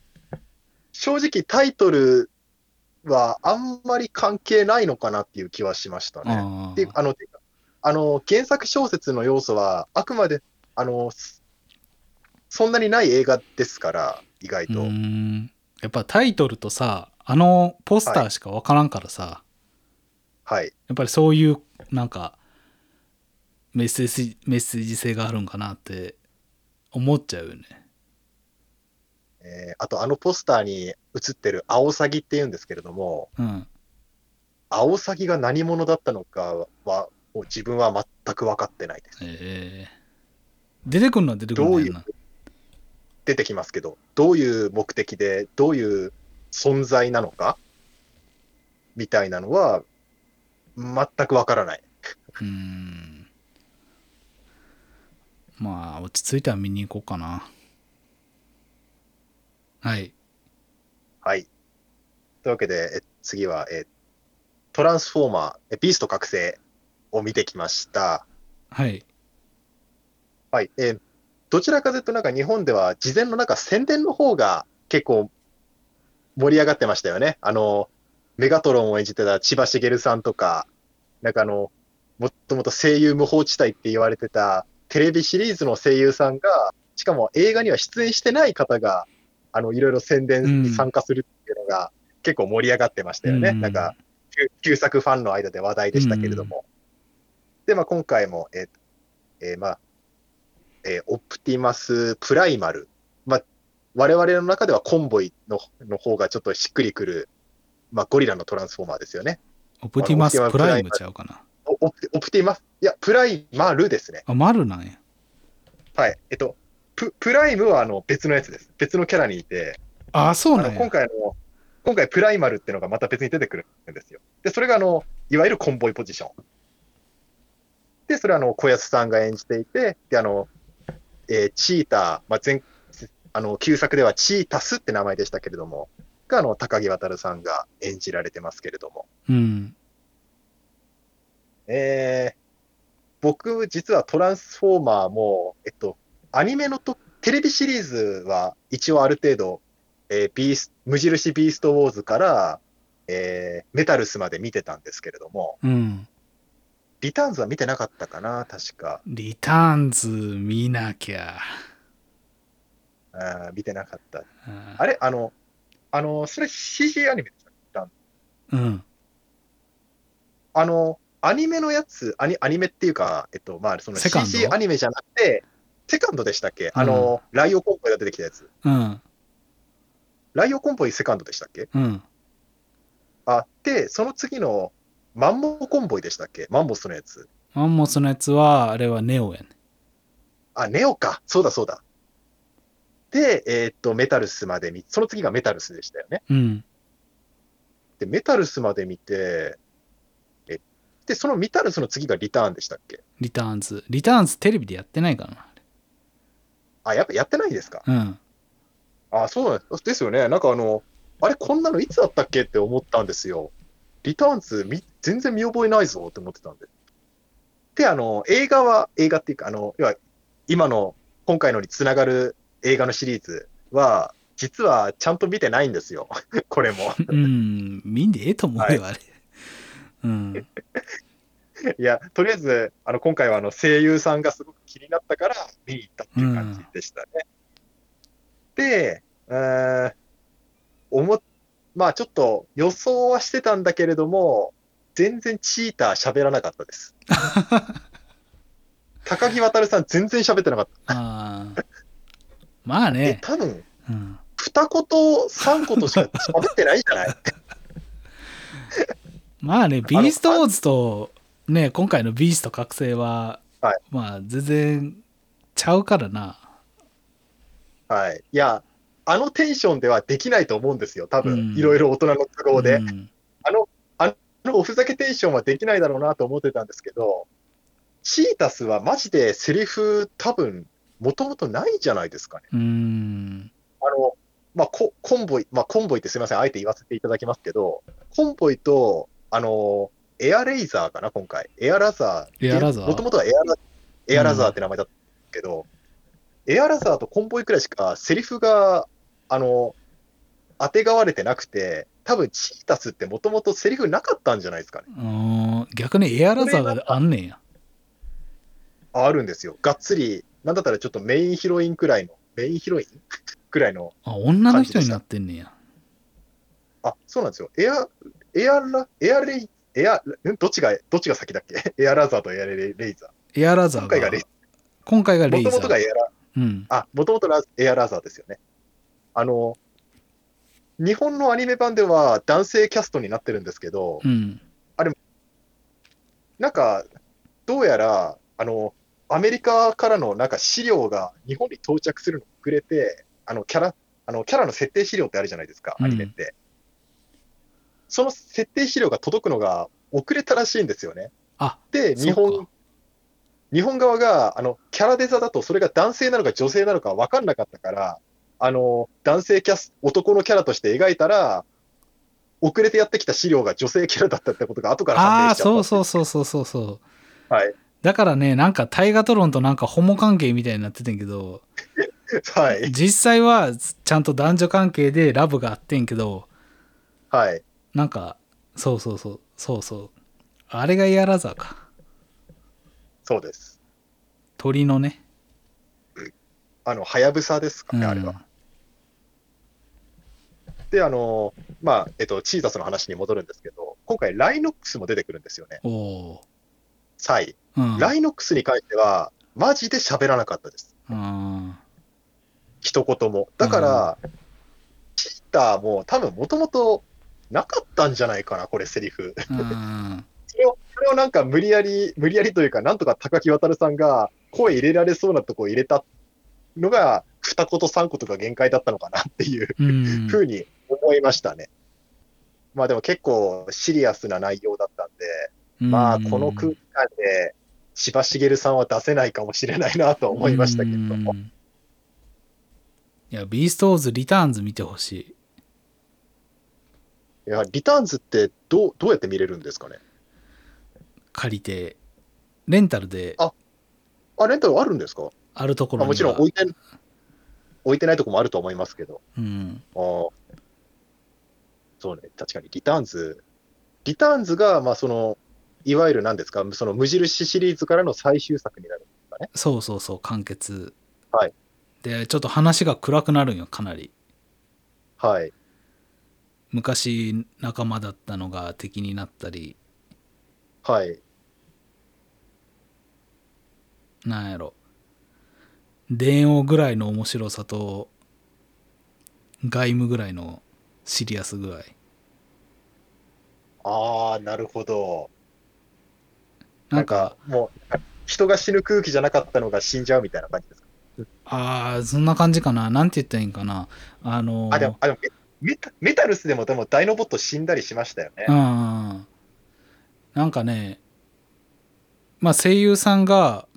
正直タイトルはあんまり関係ないのかなっていう気はしましたね。
あ
であのてかあの原作小説の要素はあくまであのすそんなにない映画ですから、意外
ーう
と。
ーん。やっぱタイトルとさ、あのポスターしかわからんからさ、
はい。
やっぱりそういうなんかメッセージメッセージ性があるんかなって思っちゃうよね。
えーあと、あのポスターに映ってるアオサギっていうんですけれども、
うん。
アオサギが何者だったのかは、もう自分は全く分かってないです。
えー出てくるのは出てくるんだよな。
出てきますけど、どういう目的で、どういう存在なのかみたいなのは、全く分からない。
うーん。まあ落ち着いたら見に行こうかな。はい。
はい。というわけで、え次は、えトランスフォーマー、えビースト覚醒を見てきました。
はい。
はい、えーどちらかというと、なんか日本では事前のなんか宣伝の方が結構盛り上がってましたよね。あの、メガトロンを演じてた千葉茂さんとか、なんかあの、もっともっと声優無法地帯って言われてたテレビシリーズの声優さんが、しかも映画には出演してない方が、あの、いろいろ宣伝に参加するっていうのが結構盛り上がってましたよね。
うん
なんか、旧旧作ファンの間で話題でしたけれども。で、まあ、今回も、えーえーまあえーオプティマス・プライマル、まあ、我々の中ではコンボイのの方がちょっとしっくりくる、まあ、ゴリラのトランスフォーマーですよね。
オプティマス
あのオ
プ
プティマス
ライムちゃうかな。
おオプオプティマス、いや、プライマルですね。
あ、マルなんや。
はい。えっと、ププライムはあの別のやつです。別のキャラにいて、
あ、そう
あ
な
の
ん
今
や。
回の、今回プライマルってのがまた別に出てくるんですよ。で、それがあの、いわゆるコンボイポジション。で、それはあの、小安さんが演じていて、で、あの、えーチーター、まあ、前、あの、旧作ではチータスって名前でしたけれども、があの、高木渉さんが演じられてますけれども。
うん。
えー、僕、実はトランスフォーマーも、えっと、アニメのと、テレビシリーズは一応ある程度、えービース、無印ビーストウォーズから、えーメタルスまで見てたんですけれども、
うん。
リターンズは見てなかったかな、確か。
リターンズ見なきゃ。
あー見てなかった。
うん
あれあの、あの、それ CG アニメでしたリターンズ
うん。
あの、アニメのやつ、アニアニメっていうか、えっと、まあ、その
セカンド
CG アニメじゃなくて、セカンドでしたっけあの、ライオコンボイが出てきたやつ。
うん。
ライオコンボイセカンドでしたっけ
うん。
あ、で、その次のマンモコンボイでしたっけマンモスのやつ。
マンモスのやつは、あれはネオやね。
あ、ネオか。そうだそうだ。で、えーっと、メタルスまで見、その次がメタルスでしたよね。
うん。
で、メタルスまで見て、え、で、そのメタルスの次がリターンでしたっけ
リターンズ。リターンズテレビでやってないから
あ、やっぱやってないですか
な。うん。
あ、そうなんですですよね。なんかあの、あれ、こんなのいつだったっけって思ったんですよ。リターンズみ、全然見覚えないぞって思ってたんで。で、あの、映画は、映画っていうか、あの、要は、今の、今回のにつながる映画のシリーズは、実はちゃんと見てないんですよ。 [LAUGHS] これも。
うん。見んでええと思うよ、あれ。うん。
いや、とりあえず、あの、今回はあの、声優さんがすごく気になったから、見に行ったっていう感じでしたね。で、うーん、おも、まあちょっと予想はしてたんだけれども、全然チーター喋らなかったです。高木渉さん全然喋ってなかった。
ああ。まあ
え、
ね。
多分、
うん。
二言、三言しか喋ってないんじゃない
まあね、ビーストウォーズと、ね、今回のビースト覚醒は、
はい
まあ、全然ちゃうからな。
はい。いや、あのテンションではできないと思うんですよ。多
う
分、
ん
いろいろ大人の都合で。
ん
あのおふざけテンションはできないだろうなと思ってたんですけど、チータスはマジでセリフ多分、もともとないんじゃないですかね。
うーん。
あの、まあ、ココンボイ、まあ、コンボイってすみません、あえて言わせていただきますけど、コンボイと、あの、エアレイザーかな、今回。エアラザー。
エアラザー
もともとはエアラエアラザーって名前だったんですけど、エアラザーとコンボイくらいしかセリフが、あの、当てがわれてなくて、多分チータスってもともとセリフなかったんじゃないですかね。
うーん逆にエアラザーがあんねんや。
ああるんですよ。がっつり、なんだったらちょっとメインヒロインくらいの、メインヒロイン [LAUGHS] くらいの、
あ、女の人になってんねんや。
あ、そうなんですよ。エア、エアラ、エアレイ、エア、んどっちが、どっちが先だっけ [LAUGHS] エアラザーとエアレイレイザ
エアラザ
ー。
ー
今回がレイ
が、今回がレイザ
もともとが
ー。
エアラ、
うん。
あ、もともとエアラザーですよね。あの、日本のアニメ版では男性キャストになってるんですけど、
うん。
なんか、どうやら、あの、アメリカからのなんか資料が日本に到着するの遅れて、あの、キャラ、あの、キャラの設定資料ってあるじゃないですか、
うん
アニメって。その設定資料が届くのが遅れたらしいんですよね。
あ、
で、
そ
日
うか
本、日本側が、あの、キャラデザだとそれが男性なのか女性なのか分かんなかったから、あの、男性キャス、男のキャラとして描いたら、遅れてやってきた資料が女性キャラだったってことが後から判
あ
明
あ、
しちゃったってい
そううそうそうそうそうそう。
はい。
だからね、なんか大河トロンとなんかホモ関係みたいになっててんけど、
はい。
実際はちゃんと男女関係でラブがあってんけど、
はい。
なんか、そうそうそう、そうそう。あれがエアラザーか。
そうです。
鳥のね。
あの、はやぶさです
う
か
ん
ね、あれは。で、あの、まあ、えっと、チーザスの話に戻るんですけど、今回、ライノックスも出てくるんですよね、
おお
サイ。
ー。うん。
ライノックスに関しては、マジで喋らなかったです。
うん
一言も。だから、チーターも多分もともとなかったんじゃないかな、これ、セリフ。
うん。
[LAUGHS] それを、それをなんか無理やり、無理やりというか、なんとか高木渉さんが声入れられそうなとこ入れたのが、二言三言が限界だったのかなっていう
うん
ふうに思いましたね。まあでも結構シリアスな内容だったんで、まあこの空気感で千葉茂さんは出せないかもしれないなと思いましたけれども
う。んいや、ビーストーズ・リターンズ見てほしい。
いや、リターンズってどう、どうやって見れるんですかね
借りて、レンタルで
あ、レンタルあるんですか
あるところには
あもちろん置いて、置いてないとこもあると思いますけど。
うん。
あーそうね、確かにリターンズ、リターンズが、まあその、いわゆる何ですか、その無印シリーズからの最終作になる。
そうそうそう、完結。
はい
で、ちょっと話が暗くなるんよ、かなり。
はい。
昔、仲間だったのが敵になったり、
はい。
なんやろ。電王ぐらいの面白さと、外務ぐらいのシリアス具合。
ああ、なるほど。
な
なんん
か
か、、もう、人が死ぬ空気じゃなかったのが死んじゃうみたいな感じですか。
ああ、そんな感じかな。なんて言ったらいいんかな。あのー、
あ、でも、あでもメメタメタルスでも、でも、ダイノボット死んだりしましたよね
う。ん。なんかね、まあ声優さんが、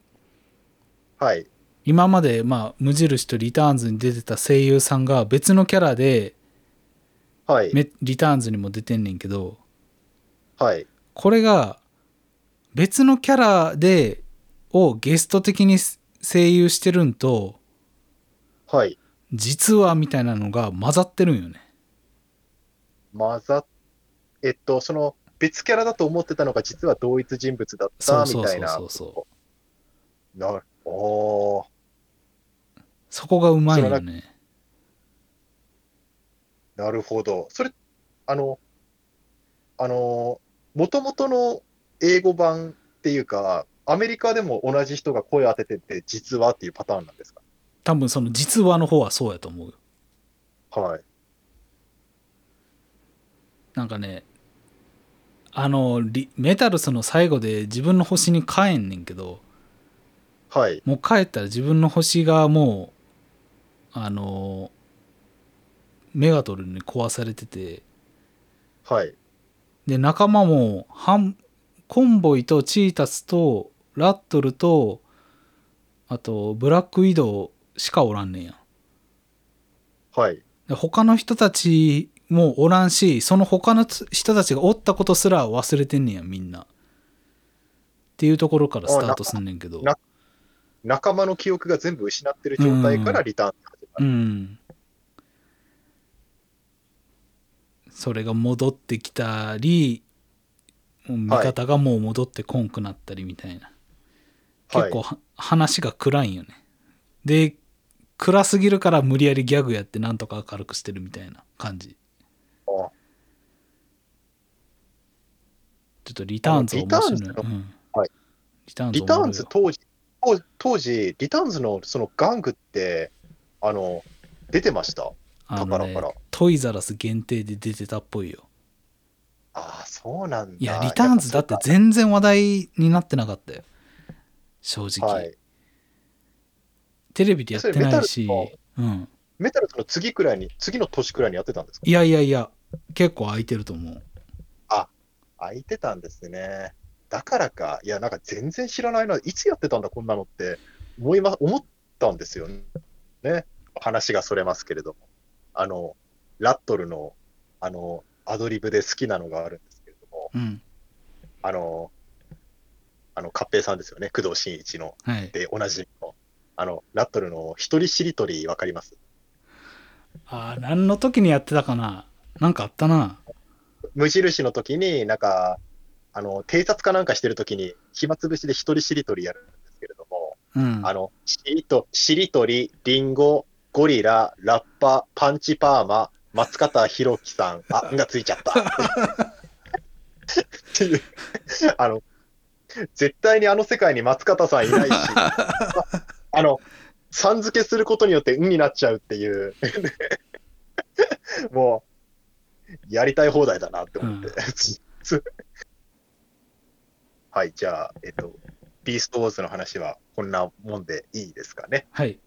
はい。
今まで、まあ、無印とリターンズに出てた声優さんが別のキャラで、
はい。
めリターンズにも出てんねんけど、
はい。
これが別のキャラでをゲスト的に声優してるんと
はい。
実はみたいなのが混ざってるんよね
混ざっ、えっと、その別キャラだと思ってたのが実は同一人物だっ
そ
た
うそ
み
う
た
そ
いうな
そ。うそ
なるおー
うそこがうまいよ
そ
ね
なるほど。それ、あの、あの、もともとの英語版っていうか、アメリカでも同じ人が声当ててて、実はっていうパターンなんですか
多分その実話の方はそうやと思うよ
はい。
なんかねあのリメタルスの最後で自分の星に帰んねんけど
はい。
もう帰ったら自分の星がもうあのメガトルに壊されてて
はい。
で仲間も半コンボイとチータスとラットルとあとブラックウィドウしかおらんねんや
はい。
で他の人たちもおらんしその他のつ人たちがおったことすら忘れてんねんやみんなっていうところからスタートすんねんけど
な仲間の記憶が全部失ってる状態からリターンが始ま
う
る。
んそれが戻ってきたりもう味方がもう戻ってこんくなったりみたいな、
は
結
い
構は、話が暗いんよねで暗すぎるから無理やりギャグやってなんとか明るくしてるみたいな感じ
あ
ちょっとリターンズ面白い
リターンズの
うん
はい
リターンズ
リターンズ
面白いよ
当時、当当時、リターンズのその玩具って、あの、出てました。
あの、ね
宝から、
トイザラス限定で出てたっぽいよ
ああ、そうなんだ。
いやリターンズだって全然話題になってなかったよ正直、
はい。
テレビでやってないし
それメ、
うん、
メタルズの次くらいに、次の年くらいにやってたんですか
いやいやいや結構空いてると思う
空いてたんですね。だからか。いや、なんか全然知らないな。いつやってたんだ、こんなのって思い、ま、思ったんですよね。ね話がそれますけれども。あの、ラットルの、あの、アドリブで好きなのがあるんですけれども、
うん
あの、あの、勝平さんですよね。工藤新一の。
はい
で、同じの。あの、ラットルの一人しりとり、わかります
ああ何の時にやってたかななんかあったな
無印の時に、なんか、あの、偵察かなんかしてる時に、暇つぶしで一人しりとりやるんですけれども、
うん
あの、しりと、しりとり、リンゴ、ゴリラ、ラッパ、パンチパーマ、松方弘樹さん、あ、んがついちゃった。っていう、あの、絶対にあの世界に松方さんいない
[LAUGHS]
し、あの、さん付けすることによって、うんになっちゃうっていう、 [LAUGHS] もう、やりたい放題だなって思って。
うん
[LAUGHS] はい、じゃあ、えっと、ビーストウォーズの話はこんなもんでいいですかね。
はい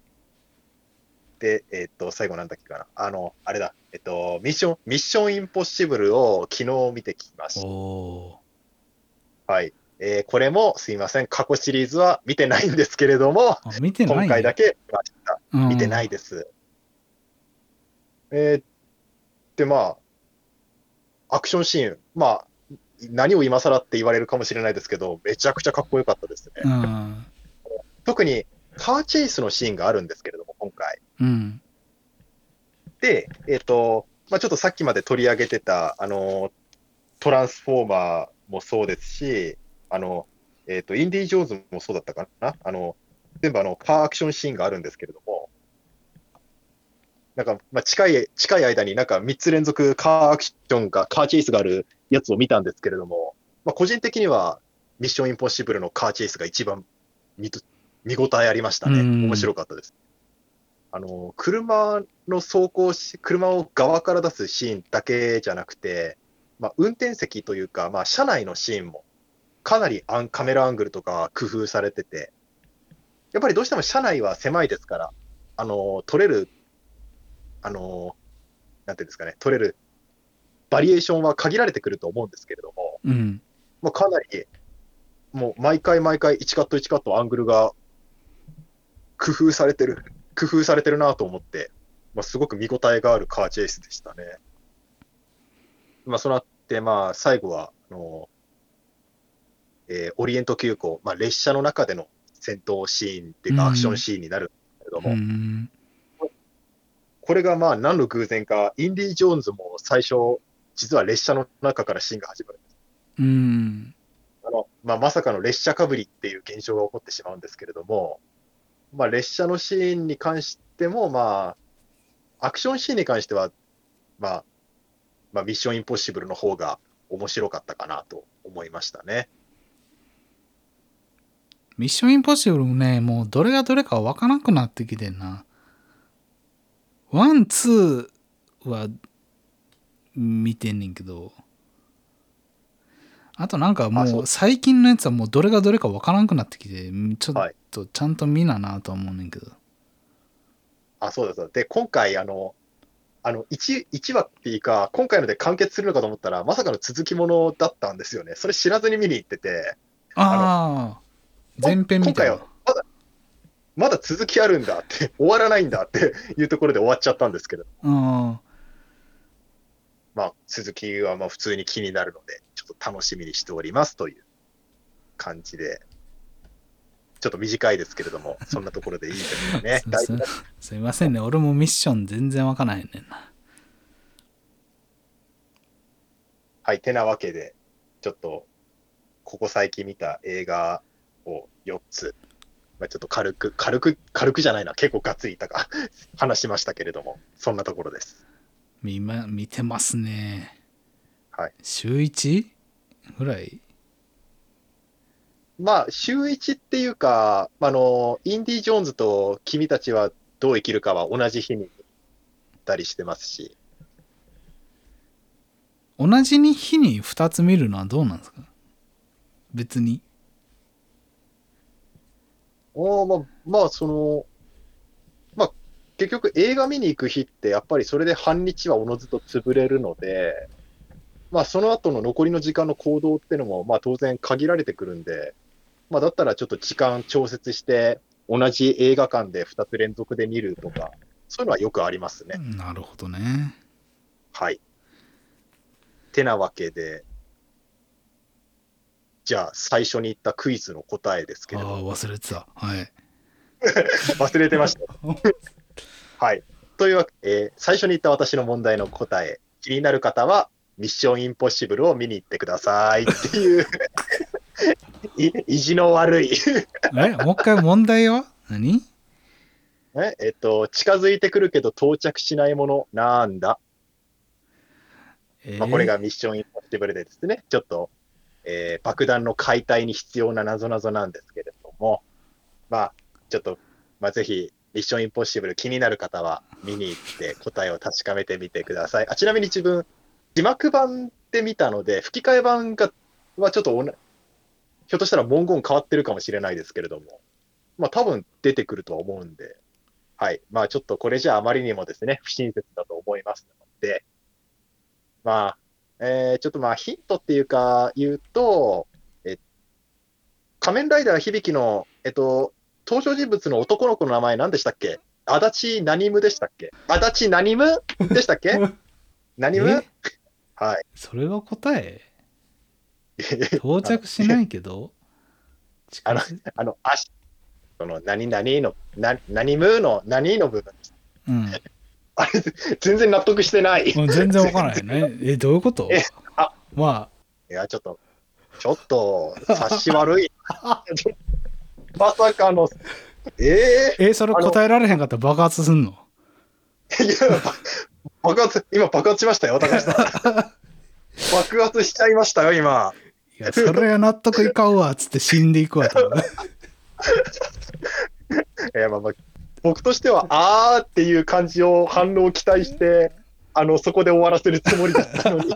で、えっと、最後なんだっけかな。あの、あれだ、えっと、ミッション、ミッションインポッシブルを昨日見てきまし
おお
た。はい。えーこれもすいません、過去シリーズは見てないんですけれども、
ー。あ、見てない、
今回だ
け、
け見ました。
うん
見てない。です。えーで、まあ、アクションシーン、まあ、何を今更って言われるかもしれないですけど、めちゃくちゃかっこよかったですね。
うん。
特に、カーチェイスのシーンがあるんですけれども、今回。
うん。
で、えっ、と、まあ、ちょっとさっきまで取り上げてた、あの、トランスフォーマーもそうですし、あの、えっ、と、インディ・ジョーンズもそうだったかな、あの、全部あの、カーアクションシーンがあるんですけれども、なんか、まあ、近い、近い間になんか3つ連続カーアクションが、カーチェイスがあるやつを見たんですけれども、まあ、個人的には、ミッション・インポッシブルのカーチェイスが一番見と見応えありましたね。
うん
面白かったです。あの車の走行し、車を側から出すシーンだけじゃなくて、まあ、運転席というか、まあ、車内のシーンも、かなりアンカメラアングルとか工夫されてて、やっぱりどうしても車内は狭いですから、あの撮れる、あのなんていうんですかね、撮れるバリエーションは限られてくると思うんですけれども、
うん。
まあ、かなり、もう毎回毎回1カット1カットアングルが工夫されてる、工夫されてるなと思って、まあ、すごく見応えがあるカーチェイスでしたね。まあ、そうなって、まあ、最後は、あの、えーオリエント急行、まあ、列車の中での戦闘シーンっていう
う
か、
ん
アクションシーンになるんですけれど
う
も、
ん。
これがまあ、何の偶然か、インディ・ジョーンズも最初、実は列車の中からシーンが始まる。
うん。
あのまあ、まさかの列車かぶりっていう現象が起こってしまうんですけれども、まあ、列車のシーンに関しても、まあ、アクションシーンに関しては、まあまあ、ミッションインポッシブルの方が面白かったかなと思いましたね。
ミッションインポッシブルもね、もうどれがどれかわからなくなってきてんな。ワン、ツーは見てんねんけど。あとなんか
あ
も
そう
う最近のやつはもうどれがどれかわからなくなってきて、ちょ
は
っ
い
とちゃんと見ななとは思うねんけど。
あ、そうだそうだ。で、今回、あの、あの 1, 1話っていうか、今回ので完結するのかと思ったら、まさかの続きものだったんですよね。それ知らずに見に行ってて、
ああ、前編みたいな
今回は。まだ続きあるんだって、 [LAUGHS] 終わらないんだっていうところで終わっちゃったんですけれども
うん。
まあ、鈴木はまあ普通に気になるので、ちょっと楽しみにしておりますという感じで、ちょっと短いですけれど [LAUGHS] も、そんなところでいいですかね。だい
すすいませんね、俺もミッション全然わからへんねんな。
はい、てなわけで、ちょっと、ここ最近見た映画を4つ、まあ、ちょっと軽く、軽く、軽くじゃないな、結構ガッツリいたか、 [LAUGHS] 話しましたけれども、そんなところです。
見ま見てますね。
はい。
週 1? ぐらい
まあ、週一っていうか、あの、インディ・ジョーンズと君たちはどう生きるかは同じ日に行ったりしてますし、
同じに日に2つ見るのはどうなんですか別に。
おーまあ、まあ、その、まあ、結局映画見に行く日って、やっぱりそれで半日はおのずと潰れるので、まあ、その後の残りの時間の行動ってのも、まあ、当然限られてくるんで、まあ、だったらちょっと時間調節して、同じ映画館で2つ連続で見るとか、そういうのはよくありますね。
なるほどね。
はい。てなわけで、じゃあ最初に言ったクイズの答えですけ
あ
れども、
あ、忘れてた。はい。
忘れてました。はい。というわけえー最初に言った私の問題の答え、気になる方は、ミッションインポッシブルを見に行ってくださいっていうい、意地の悪い
え、もう一回問題は何
え、えっと、近づいてくるけど到着しないもの、なんだ
えー
まあ、これがミッションインポッシブルでですね、ちょっと、えー爆弾の解体に必要な謎々なんですけれども、まあ、ちょっと、まあ、ぜひ、ミッションインポッシブル気になる方は見に行って答えを確かめてみてください。あちなみに自分、字幕版で見たので、吹き替え版がはちょっとおな、ひょっとしたら文言変わってるかもしれないですけれども、まあ多分出てくるとは思うんで、はい。まあちょっとこれじゃあまりにもですね、不親切だと思いますのでって、まあ、えーちょっとまあヒントっていうか言うと、え仮面ライダー響の、えっと、登場人物の男の子の名前何でしたっけ足立何むでしたっけ足立何むでしたっけ何む
え
はい。
それが答え到着しないけど
あの
近づ
あの、足、その、何々の、な何むの、何の部分です。
うん、
あれ、全然納得してない。い
もう全然わからないね。え、どういうこと
えあ
ま
や、ちょっと、ちょっと、察し悪い。 [LAUGHS] まさかの、え
あ、え、それ答えられへんかったら爆発すんの
え [LAUGHS] いや、ば爆発、今爆発しましたよ、高橋さん。
[LAUGHS]
爆発しちゃいましたよ、今。
いや、それは納得いかんわ、つって死んでいくわ、多分
いや、まあまあ、僕としては、あーっていう感じを、反応を期待して、あの、そこで終わらせるつもりだったのに、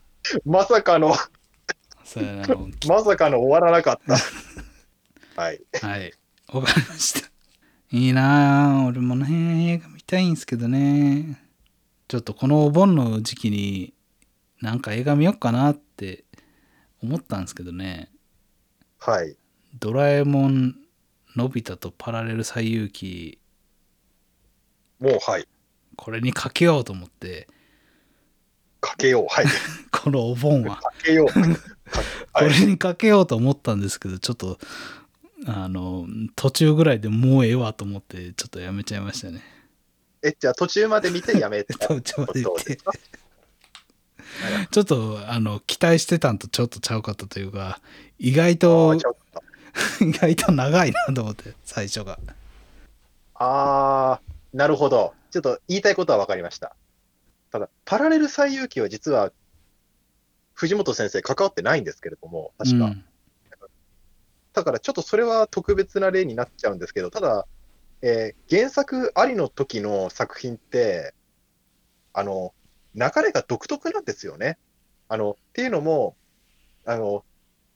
[LAUGHS] まさかの、
[LAUGHS] そうやな。もう
まさかの終わらなかった。はい。
はい。わかりました。いいなあ俺もね、映画見たいんすけどね。ちょっとこのお盆の時期に、なんか映画見よっかなって思ったんですけどね。
はい。
ドラえもん、のび太とパラレル最遊記、
もう、はい。
これにかけようと思って、
かけよう。はい。
このお盆は。
かけよう。
こ
はい
れにかけようと思ったんですけど、ちょっと、あの、途中ぐらいでもうええわと思って、ちょっとやめちゃいました
[LAUGHS]
ね。
え、じゃあ途中まで見て
[LAUGHS]
やめた
途中まで見て
ことですか
ちょっと、あの、期待してたんとちょっとちゃうかったというか、意外
あ
と
ー、ちょっと
意外と長いなと思って、最初が。
あー、なるほど。ちょっと言いたいことは分かりました。ただ、パラレル最遊記は実は、藤本先生関わってないんですけれども、確か。
うん
だからちょっとそれは特別な例になっちゃうんですけど、ただ、えー原作ありの時の作品って、あの、流れが独特なんですよね。あの、っていうのも、あの、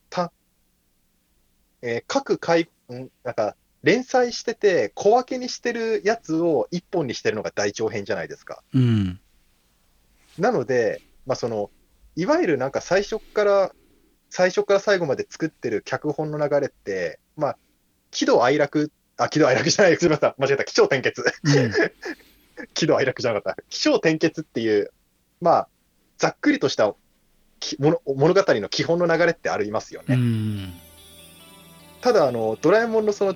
た、えー各回、んなんか、連載してて、小分けにしてるやつを一本にしてるのが大長編じゃないですか。
うん。
なので、まあ、そのいわゆるなんか最初から最初から最後まで作ってる脚本の流れって、まあ、喜怒哀楽、あ、喜怒哀楽じゃない、すみません、間違えた、起承転結、 [LAUGHS]
うん。
喜怒哀楽じゃなかった、起承転結っていう、まあ、ざっくりとしたきもの物語の基本の流れってありますよね。
うん。
ただあの、ドラえもんのその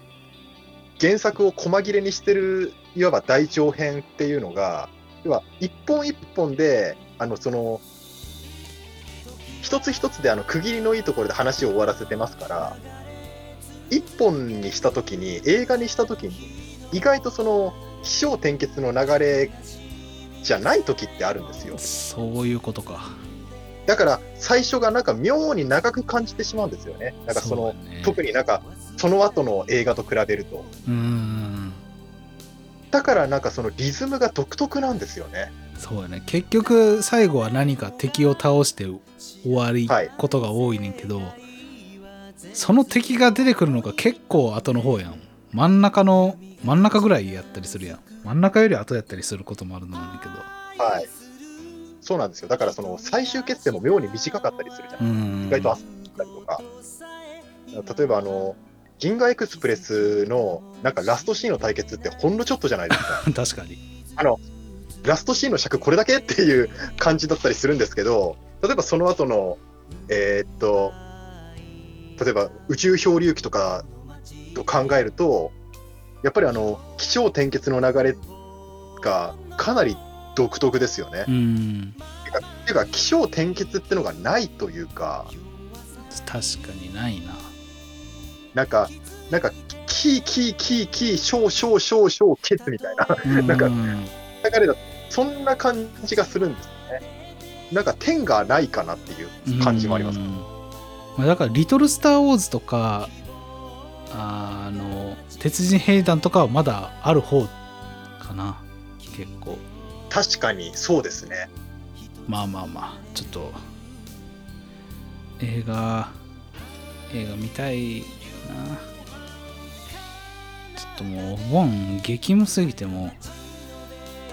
原作を細切れにしてる、いわば大長編っていうのが、要は一本一本で、あのその一つ一つであの区切りのいいところで話を終わらせてますから、一本にしたときに、映画にしたときに、意外とその起承転結の流れじゃないときってあるんですよ。
そういうことか。
だから最初がなんか妙に長く感じてしまうんですよね。なんかそ
う
の
だね
特になんかその後の映画と比べると。
うん。
だからなんかそのリズムが独特なんですよね。
そうやね。結局、最後は何か敵を倒して終わり
はい
ことが多いねんけど、その敵が出てくるのが結構後の方やん。真ん中の、真ん中ぐらいやったりするやん。真ん中より後やったりすることもあるんだけど。
はい。そうなんですよ。だからその最終決戦も妙に短かったりするじゃ
う
ない
ん。
意外と焦ったりとか。例えばあの、銀河エクスプレスのなんかラストシーンの対決ってほんのちょっとじゃないですか。
[LAUGHS] 確かに。
ラストシーンの尺これだけっていう感じだったりするんですけど、例えばその後の、えーっと、例えば宇宙漂流記とかと考えると、やっぱりあの、気象転結の流れがかなり独特ですよね
う。ん。
っていうか、気象転結ってのがないというか、
確かにないな。
なんか、なんか、キーキーキーキー、ショーショーショーショー、ケツみたいな。 [LAUGHS] なんか
うん
流れだそんな感じがするんですよね。なんか点がないかなっていう感じもあります。
うんまあ、だから「リトル・スター・ウォーズ」とかあの鉄人兵団とかはまだある方かな結構
確かにそうですね。
まあまあまあちょっと映画映画見たいなちょっともうお盆激務すぎてもう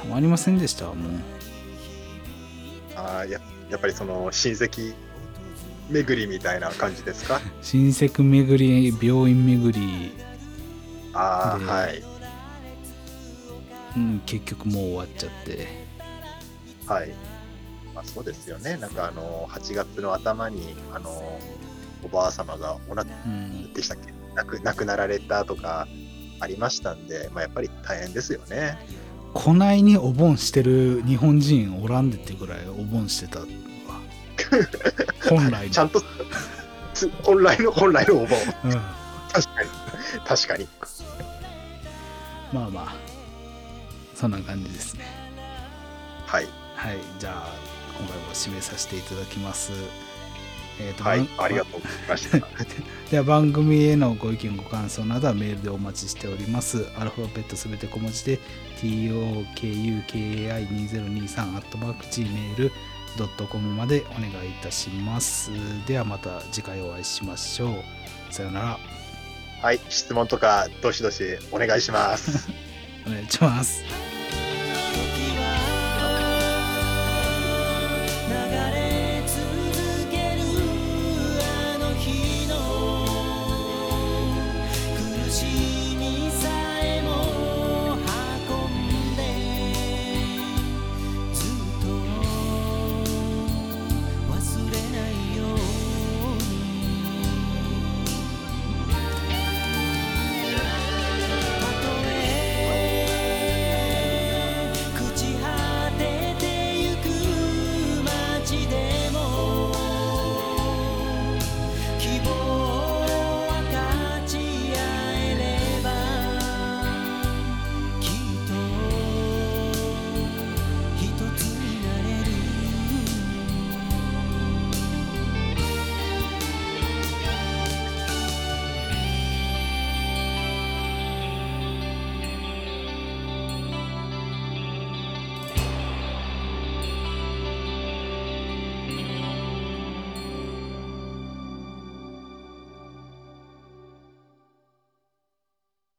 たまりませんでしたわもう
あーややっぱりその親戚巡りみたいな感じですか
親戚巡り病院巡り、
ああ、
うん
はい
うん、結局もう終わっちゃって
はい、まあ、そうですよねなんかあの8月の頭にあのおばあ様がお亡く
うん
でしたっけ亡く亡くなられたとかありましたんで、まあ、やっぱり大変ですよね
こないにお盆してる日本人おらんでってぐらいお盆してた
[LAUGHS]
わ本来の
ちゃんと [LAUGHS] つ本来の本来のお盆
うん、
確かに確かに
まあまあそんな感じですね
はい
はいじゃあ今回も締めさせていただきますえーと
はい
番
ありがとうございました
では番組へのご意見ご感想などはメールでお待ちしておりますアルファベットすべて小文字で tokukai2023-gmail.com までお願いいたしますではまた次回お会いしましょうさよなら
はい質問とかどしどしお願いします
お願いします
「